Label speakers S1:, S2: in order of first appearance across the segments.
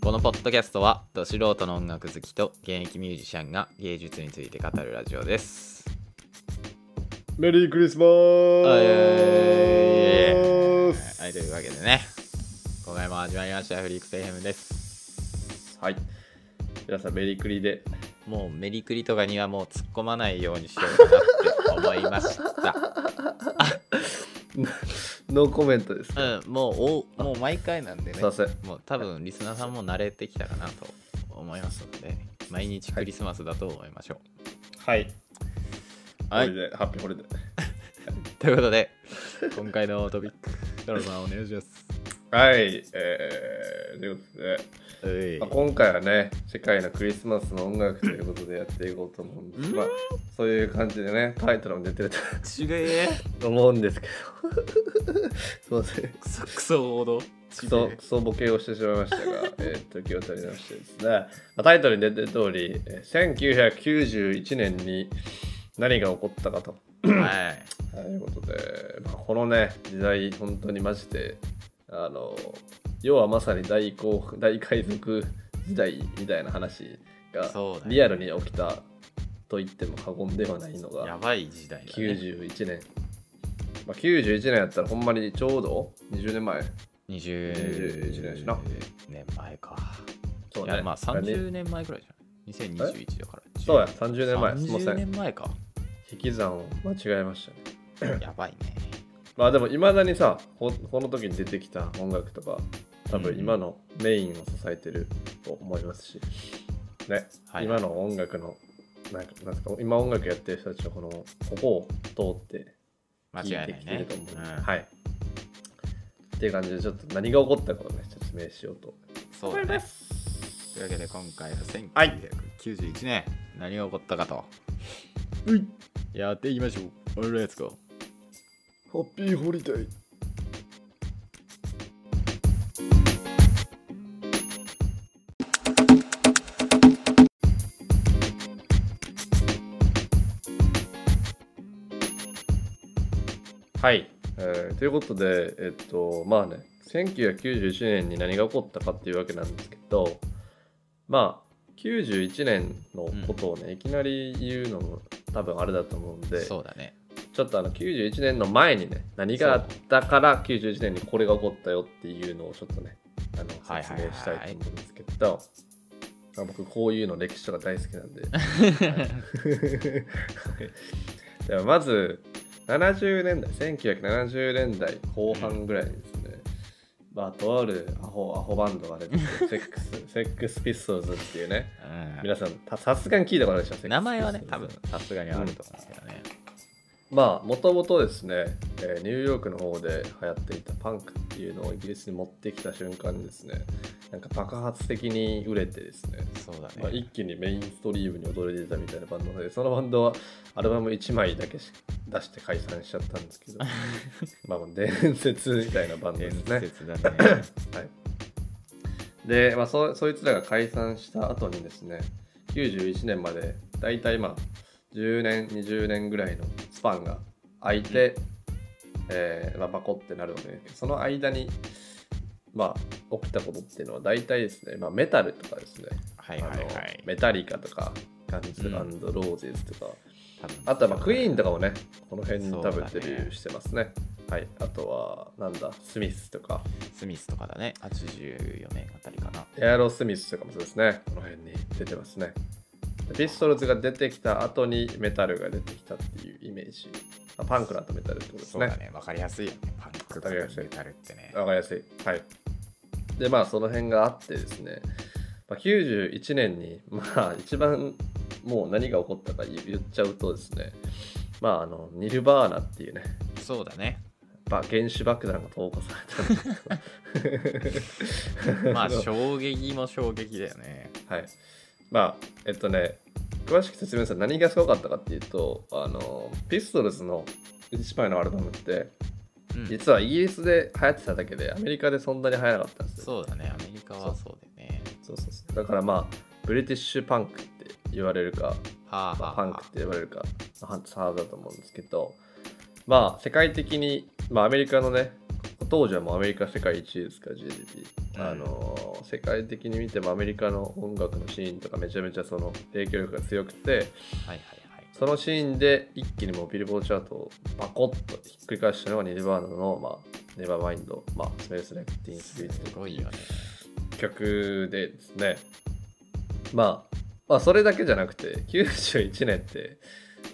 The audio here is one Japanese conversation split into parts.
S1: このポッドキャストはど素人の音楽好きと現役ミュージシャンが芸術について語るラジオです
S2: メリークリスマ
S1: はいはい
S2: ス
S1: はいというわけでね今回も始まりましたフリークスヘムです
S2: はい。皆さん、メリークリで。
S1: もうメリクリとかにはもう突っ込まないようにしようかなって思いました、
S2: ノーコメントです。
S1: うん、もうおもう毎回なんでね
S2: すいません。
S1: もう多分リスナーさんも慣れてきたかなと思いますので毎日クリスマスだと思いましょ
S2: はい。
S1: うはい
S2: ホリデーハッピーホリデー。
S1: ということで今回のトピック太郎さんお願いします
S2: はい。えー、ということで、まあ、今回はね、世界のクリスマスの音楽ということでやっていこうと思うんです。
S1: うん
S2: まあ、そういう感じでね、タイトルも出てる
S1: ちげえ
S2: と思うんですけど。 すいません。
S1: クソクソ王道
S2: クソクソボケをしてしまいましたが、 えーっと気を取り直してですね、まあタイトルに出てる通り、えー1991年に何が起こったかと
S1: はい
S2: ということで、まあ、このね時代本当にマジであの要はまさに大航大海賊時代みたいな話が
S1: そうだね
S2: リアルに起きたと言っても過言ではないの
S1: や
S2: が
S1: ばい時代だ、ね、
S2: 91年、まあ、91年やったらほんまにちょうど20年前
S1: 20
S2: 21年しな
S1: 年前か、
S2: そう
S1: い
S2: ね
S1: やまあ30
S2: ね
S1: 年前ぐらいじゃん2021だから
S2: そうや30年前すいませ
S1: 30年
S2: ん
S1: 前 か
S2: 引き算を間違えましたね
S1: やばいね
S2: まあでもいまだにさここの時に出てきた音楽とか多
S1: う
S2: 分
S1: ん
S2: 今のメインを支えてると思いますし、ね、
S1: はい
S2: 今の音楽のなんかなんすか今音楽やってる人たちはこのここを通って
S1: 間違い
S2: 聞
S1: ないい
S2: て
S1: ね
S2: きてると思う、
S1: うん
S2: はいっていう感じでちょっと何が起こったかをね説明しようと
S1: そうだねというわけで今回は
S2: はい
S1: 1991年何が起こったかと
S2: うい
S1: やっていきましょうレッツゴー
S2: ハッピーホリデーはい、えーということでえっとまあね1991年に何が起こったかっていうわけなんですけどまあ91年のことをね、いきなり言うのも多分あれだと思うんで
S1: そうだね
S2: ちょっとあの91年の前にね何があったから91年にこれが起こったよっていうのをちょっとねあの
S1: はい
S2: 説
S1: はいはい
S2: 明したいと思うんですけど、あ僕こういうの歴史とか大好きな んでではまず70年代1970年代後半ぐらいにですね、まあ、とあるアホアホバンドが出てきてセックスセックスピストルズっていうね皆さんたさすがに聞いたことあるでしょセ
S1: う
S2: ックスピストルズ
S1: ん名前はね多分さすがにあると思うんですけどね
S2: まあもともとですね、えーニューヨークの方で流行っていたパンクっていうのをイギリスに持ってきた瞬間にですねなんか爆発的に売れてですね、
S1: そうだね、
S2: まあ、一気にメインストリームに踊り出たみたいなバンドでそのバンドはアルバム1枚だけし出して解散しちゃったんですけどまあもう伝説みたいなバンドで
S1: 伝
S2: すね。
S1: 説だね
S2: はい、で、まあそ、そいつらが解散した後にですね91年までだいたいまあ10年20年ぐらいのスパンが空いて、えーまあ、バコってなるのでその間に、まあ、起きたことっていうのは大体ですね、まあ、メタルとかですね、
S1: はいはいは
S2: あ
S1: い
S2: のメタリカとかガンズ・アンド・ローゼズとか、
S1: 多分
S2: あとはまあクイーンとかもね、この辺に多
S1: そう
S2: 分
S1: だね
S2: デビューしてますね。はい、あとは、なんだ、スミスとか、
S1: スミスとかだね84年あたりかな
S2: エアロスミスとかもそうですね。この辺に出てますね。でピストルズが出てきた後にメタルが出てきたっていうイメージ。あパンクだとメタルってことです
S1: そう
S2: ね。
S1: だねわかりやすいよねパンクと
S2: わかりやすい
S1: メタルってね
S2: わかりやすい。はい。で、まあ、その辺があってですね、まあ、91年に、まあ、一番もう何が起こったか言言っちゃうとですね、まあ、あの、ニルバーナっていうね、
S1: そうだね
S2: ば原子爆弾が投下されたんですけ ど
S1: まあ
S2: の
S1: 衝撃も衝撃だよね
S2: はい。まあ、えっとね、詳しく説明すると何がすごかったかっていうと、あの、ピストルズの一枚のアルバムって、
S1: うん
S2: 実はイギリスで流行ってただけで、アメリカでそんなに流行らなかったんですよ。
S1: そうだねアメリカはそうだよね
S2: そうそうそうだからまあ、ブリティッシュパンクって言われるか、
S1: はあは
S2: まあ
S1: あ
S2: パンクって呼ばれるか、ハードだと思うんですけど、まあ、世界的に、まあ、アメリカのね、言当時はもうアメリカ世界一位ですから GDP、
S1: うん
S2: あのー世界的に見てもアメリカの音楽のシーンとかめちゃめちゃその影響力が強くて
S1: はいはい
S2: そのシーンで一気にもうビルボードチャートをバコッとひっくり返したのがニルバーナの、まあ、ネバーマインド、まあ、スメルス・レクティン・
S1: はい。
S2: スピ
S1: す
S2: リット
S1: ごいよね。
S2: 曲でですね、まあ、まあそれだけじゃなくて91年って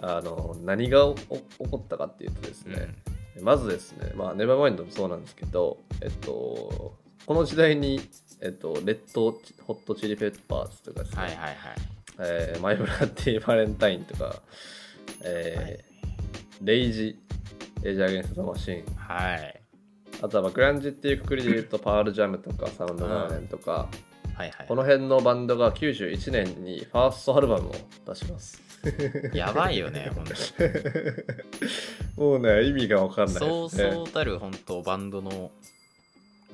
S2: あの何がお起こったかっていうとですね、まずですね、まあ、ネバーマインドもそうなんですけど、えっと、この時代に、えっと、レッドホットチリペッパーズとかです
S1: うん
S2: ね、
S1: はいはいはい。
S2: えーマイブラッディ・バレンタインとか、えーレイジ、レイジ・アゲンスト・マシーン、
S1: はい。
S2: あとはまあグランジっていうくくりで言うと、パール・ジャムとか、サウンド・ガーデンとか、
S1: はいはい。
S2: この辺のバンドが91年にファーストアルバムを出します。
S1: やばいよね、 ほんと。
S2: もうね、意味がわかんないですね。
S1: そうそうたる本当バンドの、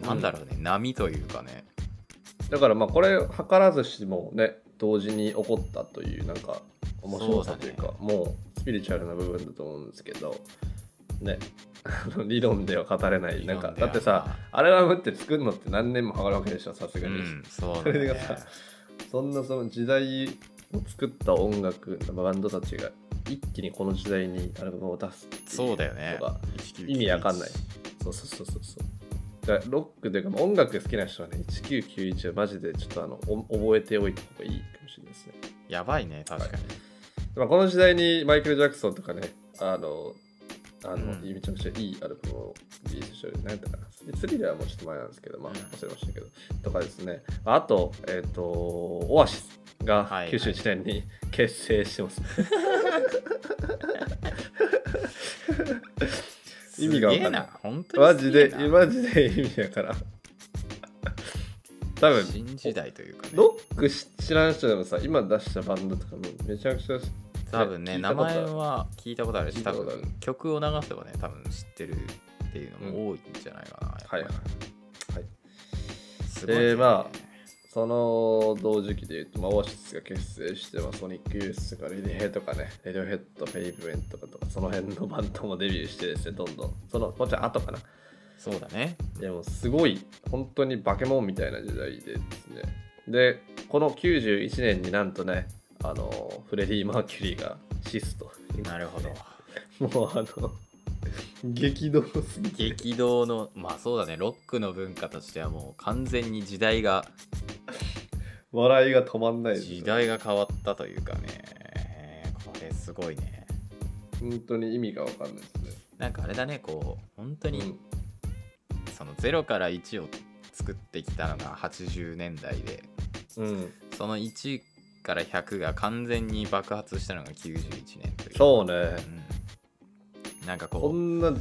S1: なんだろうね、波というかね。
S2: だからまあこれ図らずしもね同時に起こったというなんか面白さというかもうスピリチュアルな部分だと思うんですけどねあの理論では語れないなんかだってさアルバムって作るのって何年もかかるわけでしょさす
S1: う
S2: がに、
S1: ん、そう
S2: そ
S1: だ
S2: れ
S1: ね
S2: がさそんなその時代を作った音楽のバンドたちが一気にこの時代にアルバムを出すってい
S1: そうだよね
S2: のが。
S1: 1991
S2: 意味わかんないそうそうそうそうそう。だからロックというか音楽好きな人はね、1991はマジでちょっとあのお覚えておいた方がいいかもしれないですね。
S1: やばいね、確かに。
S2: まあ、この時代にマイケル・ジャクソンとかね、あの、あの
S1: うん
S2: めちゃくちゃいいアルバムをリリースしてる、なんだかな、スリラーはもうちょっと前なんですけど、まあ、
S1: うん
S2: 忘れましたけど、とかですね、あと、えっ、と、オアシスが
S1: はいはい
S2: 91年に 結成してます、意味がわかんない
S1: すげえ本当に
S2: マ
S1: す
S2: ジ
S1: げえ
S2: で
S1: な、
S2: マジで意味やから。多分
S1: 新時代というかね。
S2: ロック知らん人でもさ、今出したバンドとかもめちゃくちゃ
S1: 多分ね、
S2: 聞い
S1: 名
S2: たことある
S1: 前は聞いたことある
S2: 聞
S1: し、
S2: いた
S1: 多
S2: ことある
S1: 分曲を流せばね、多分知ってるっていうのも多いんじゃないかな。やっぱ
S2: はい
S1: り
S2: はい。
S1: すごいね、
S2: でまその同時期で言うと、まあ、オアシスが結成して、まあ、ソニックユースとかレディヘッドとかね、レディヘッド、フェイブメントとかとか、その辺のバンドもデビューしてですね、どんどん。その、もちろん後かな。
S1: そうだね。
S2: でもすごい本当にバケモンみたいな時代でですねでこの91年になんとねあのフレディ・マーキュリーがシスと
S1: なるほど。
S2: もうあの激動すぎて
S1: 激動の、まあそうだね、ロックの文化としてはもう完全に時代が、
S2: 笑いが止まんないです
S1: 時代が変わったというかね、これすごいね。
S2: 本当に意味がわかんないですね
S1: なんかあれだね、こう、本当
S2: う
S1: に
S2: ん
S1: その0から1を作ってきたのが80年代で、
S2: うん、
S1: その1から100が完全に爆発したのが91年という。
S2: そうね
S1: うんなんか
S2: こ
S1: こ
S2: んな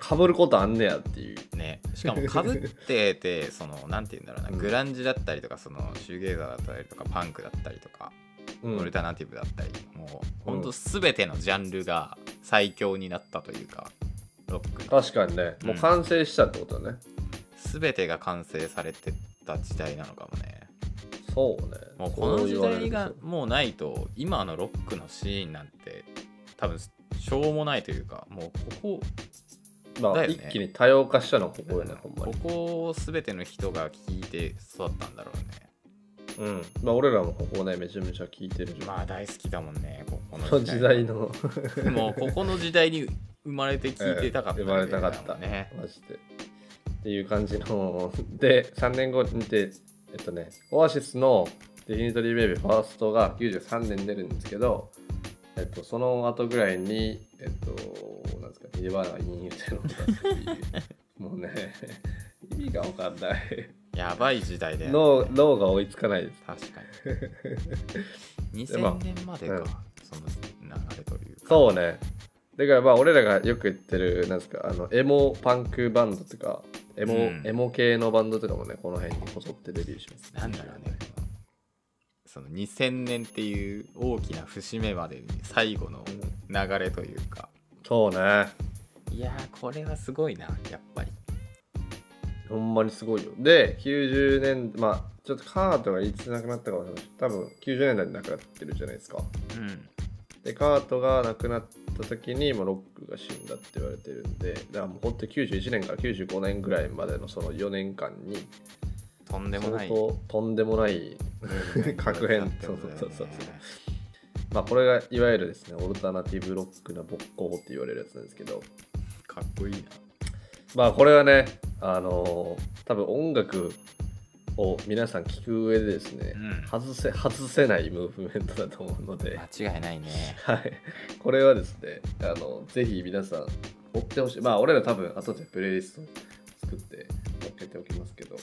S2: かぶることあんねやっていう
S1: うねしかもかぶっててそのなんて言うんだろうな、
S2: うん
S1: グランジだったりとかそのシューゲイザーだったりとかパンクだったりとか、
S2: うん
S1: オルタナティブだったりもうほんと全てのジャンルが最強になったというかロックに
S2: 確かにねもう完成したってことだね、
S1: 全てが完成されてった時代なのかもね
S2: そうね
S1: もうこの時
S2: そう
S1: 代
S2: 言われ
S1: が
S2: ると
S1: もうないと今のロックのシーンなんて多分しょうもないというかもうここ
S2: まあ、
S1: だよね
S2: 一気に多様化したのはここよね、ほんま
S1: こ
S2: に
S1: こを全ての人が聞いて育ったんだろうね
S2: うん、まあ俺らもここねめちゃめちゃ聞いてるじゃん、
S1: まあ大好きだもんねここ
S2: こ
S1: の
S2: の時代の
S1: もうここの時代に生まれて聞いてたかった
S2: 生
S1: み
S2: ま
S1: い
S2: れ
S1: な
S2: たかった、
S1: ね
S2: マジでっていう感じの で3年後にてえっとねオアシスの「ディニトリー・ベイビー」ファーストが93年に出るんですけど、えっと、その後ぐらいにえっとなんですかニルバーナが陰影テロを出すっていうもうね 意味が分かんない
S1: やばい時代で、
S2: 脳脳が追いつかないです
S1: 確 かに
S2: でまあ
S1: 2000年までか、
S2: うん
S1: その流れというか
S2: そうね。だからまあ俺らがよく言ってる、なんですか、あの、エモパンクバンドとか、エモ、
S1: うん
S2: エモ系のバンドとかもね、この辺にこそってデビューします。
S1: なんだろうね。このその2000年っていう大きな節目までに最後の
S2: うん
S1: 流れというか
S2: そうね。
S1: いやーこれはすごいなやっぱり
S2: ほんまにすごいよ。で、90年、まあ、ちょっとカートがいつ亡くなったか忘れました。多分90年代に亡くなってるじゃないですか。
S1: うん
S2: で、カートが亡くなった時に、もうロックが死んだって言われてるんでだからもう本当に91年から95年ぐらいまでのその4年間に
S1: とんでも
S2: 相
S1: ない
S2: 当とんでもない確変
S1: ってことだよね
S2: そうそうそうそうまあこれがいわゆるですねオルタナティブロックな勃興って言われるやつなんですけど
S1: かっこいいな
S2: まあこれはねあのー多分音楽を皆さん聞く上でですね、
S1: うん
S2: 外せ外せないムーブメントだと思うので、
S1: 間違いないね
S2: はい、これはですねあのぜひ皆さん追ってほしいまあ俺ら多分後でプレイリスト作って載っけておきますけど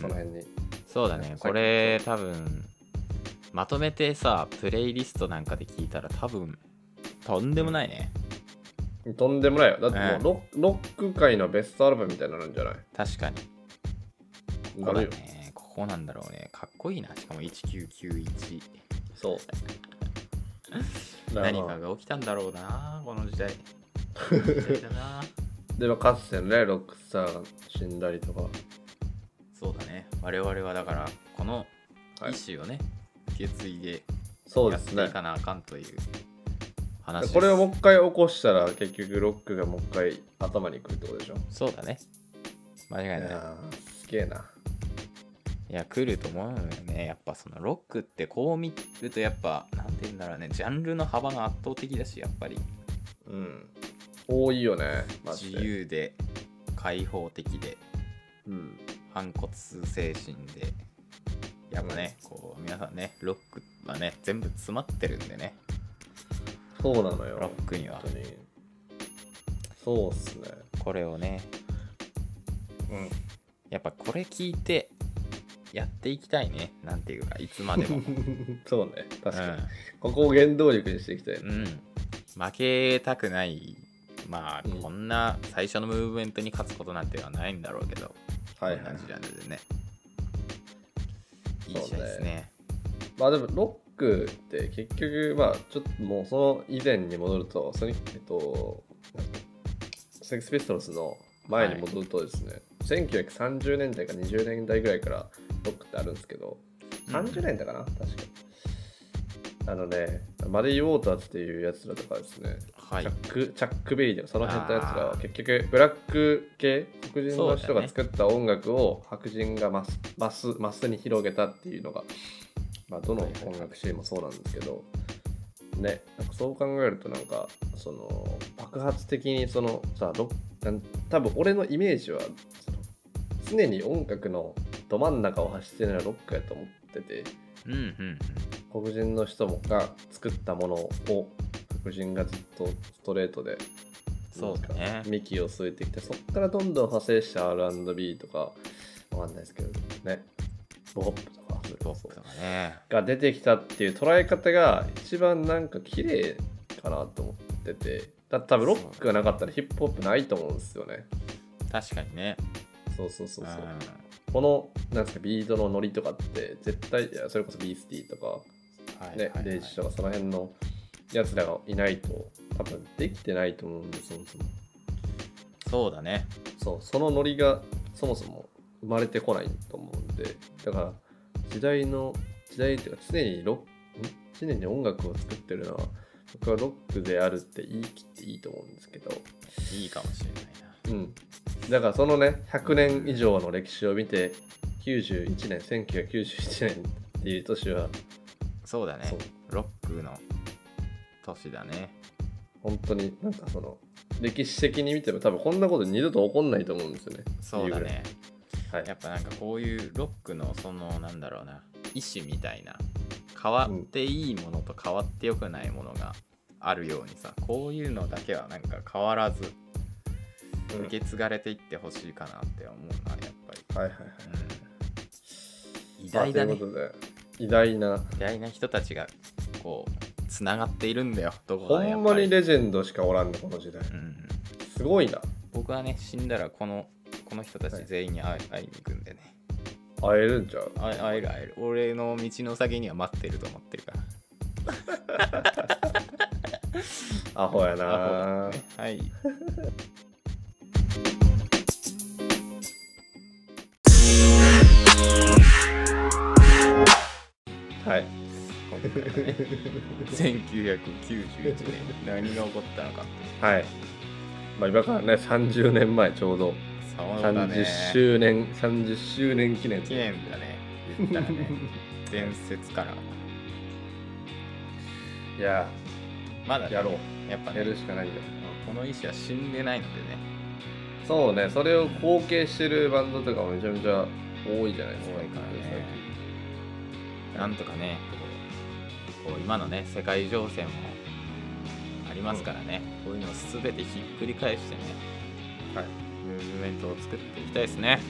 S2: その辺に、
S1: そうだねこれ多分まとめてさプレイリストなんかで聞いたら多分とんでもないね
S2: とんでもないよだって
S1: ね
S2: もうロ,、ロック界のベストアルバムみたいになるんじゃない
S1: 確かにこ
S2: な
S1: こだ
S2: るよ
S1: ねここなんだろうねかっこいいなしかも1991
S2: そうだからまあ
S1: 何かが起きたんだろうなこの時 代この時代だな
S2: でもかつてのねロックスターが死んだりとか
S1: そうだね我々はだからこの
S2: はい
S1: 意思をね、受け継いで
S2: そう
S1: や
S2: で
S1: っ
S2: す
S1: て
S2: ね
S1: いかなあかんという話です
S2: これをもう一回起こしたら結局ロックがもう一回頭にくるってことでしょ
S1: そうだね間違い
S2: い
S1: ない
S2: やーすげえな、
S1: いや来ると思うよねやっぱそのロックってこう見るとやっぱなんて言うんだろうねジャンルの幅が圧倒的だしやっぱり
S2: うん、多いよねマジ
S1: 自
S2: で、
S1: 由で開放的で
S2: うん、
S1: 反骨精神でやっぱね、こう皆さんねロックはね全部詰まってるんでね
S2: そうなのよ
S1: ロックには
S2: 本当にそうっすね
S1: これをね
S2: うん
S1: やっぱこれ聞いてやっていきたいねなんていうかいつまでも
S2: そうね 確かに、ここを原動力にしていきたいね、
S1: うん、うん、負けたくないまあ、
S2: うん
S1: こんな最初のムーブメントに勝つことなんてのはないんだろうけど
S2: はいはい
S1: 同じジャンルでねいい
S2: そうね
S1: 時代ですね
S2: まあでもロックって結局まあちょっともうその以前に戻るとそれえっとセックスピストルズの前に戻るとですね、1930年代か20年代ぐらいからロックってあるんですけど30年代かな、確かあのねマリー・ウォーターズっていうやつらとかですね、
S1: はい
S2: チャックチャック・ベリーとかその辺のやつらは結局ブラック系黒人の人が作った音楽を白人がマスマスマスに広げたっていうのが、まあ、どの音楽シーンもそうなんですけど、ね、なんかそう考えるとなんかその爆発的にそのさロッなん多分俺のイメージはその常に音楽のど真ん中を走ってるのはロックやと思ってて。
S1: うんうんうん
S2: 黒人の人もが作ったものを黒人がずっとストレートで
S1: そうだね
S2: 幹を据えてきてそこからどんどん派生して R&B とかわかんないですけどねボホップとかそれ
S1: ロ
S2: こ
S1: ッ
S2: そ
S1: クとかね
S2: が出てきたっていう捉え方が一番なんか綺麗かなと思っててだ多分ロックがなかったらヒップホップないと思うんですよね
S1: 確かにね
S2: そうそうそうそう
S1: うん
S2: このなんですかビートのノリとかって絶対いやそれこそビースティーとか
S1: はい
S2: ね
S1: はい、は
S2: レ
S1: い
S2: イジとかその辺のやつらがいないと多分できてないと思うんでそもそも
S1: そうだね
S2: そうそのノリがそもそも生まれてこないと思うんでだから時代の時代っていうか常にロックん常に音楽を作ってるのは僕はロックであるって言い切っていいと思うんですけど
S1: いいかもしれないな
S2: うんだからそのね100年以上の歴史を見て91年1991年っていう年は
S1: そうだね
S2: そう
S1: ロックの年だね
S2: 本当になんかその歴史的に見ても多分こんなこと二度と起こんないと思うんですよね。
S1: そうだ
S2: っていう
S1: ね
S2: ぐらい。は
S1: や
S2: い
S1: っ。ぱなんかこういうロックのそのなんだろうな意思みたいな変わっていいものと変わってよくないものがあるようにさこういうのだけはなんか変わらず
S2: うん
S1: 受け継がれていってほしいかなって思うなやっぱり、
S2: はいはいはい。
S1: うん、偉大だ
S2: まあ
S1: ね
S2: ということで偉大な
S1: 偉大な人たちがこうつながっているんだよどこ
S2: ほ
S1: だね
S2: んまに
S1: やっ
S2: レジェンドしかおらんのこの時代。
S1: ぱりうん、
S2: すごいな。
S1: 僕はね死んだらこのこの人たち全員に会い,、会いに行くんでね
S2: 会えるんちゃう
S1: 会え会える会える俺の道の先には待ってると思ってるから
S2: アホや
S1: ア
S2: な
S1: ホだね はい
S2: はい。
S1: 今だからね1991年何が起こったのかって
S2: はい。まあ、今からね、30年前ちょうど、
S1: 騒だね
S2: 30周年、30周年記念
S1: 記念だね言ったらね伝説から
S2: いや
S1: まだ
S2: ー、
S1: ね
S2: やろ
S1: やっぱ
S2: う。や
S1: ね
S2: るしかないんだよ。
S1: この意思は死んでないのでね
S2: そうね、それを後継してるバンドとかもめちゃめちゃ多いじゃないですか。
S1: 多いからね
S2: 最近
S1: なんとかねこうこう今のね世界情勢もありますからね、こういうのを全てひっくり返してね
S2: はい
S1: ムーブメントを作っていきたいですね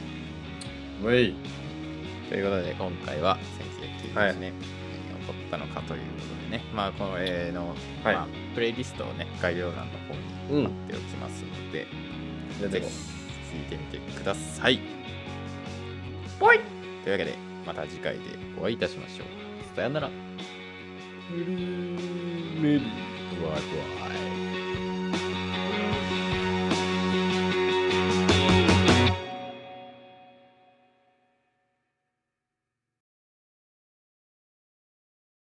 S2: ウェイ
S1: ということで今回は1991年に起こったのかということでね、まあこの絵の、
S2: はい
S1: まあ、プレイリストをね概要欄の方に
S2: うん
S1: 貼っておきますので、
S2: 出
S1: ぜ
S2: てこ
S1: ひ聴いてみてください
S2: ぽい
S1: というわけでまた次回でお会いいたしましょうさよなら
S2: う。メリー。
S1: バイバイ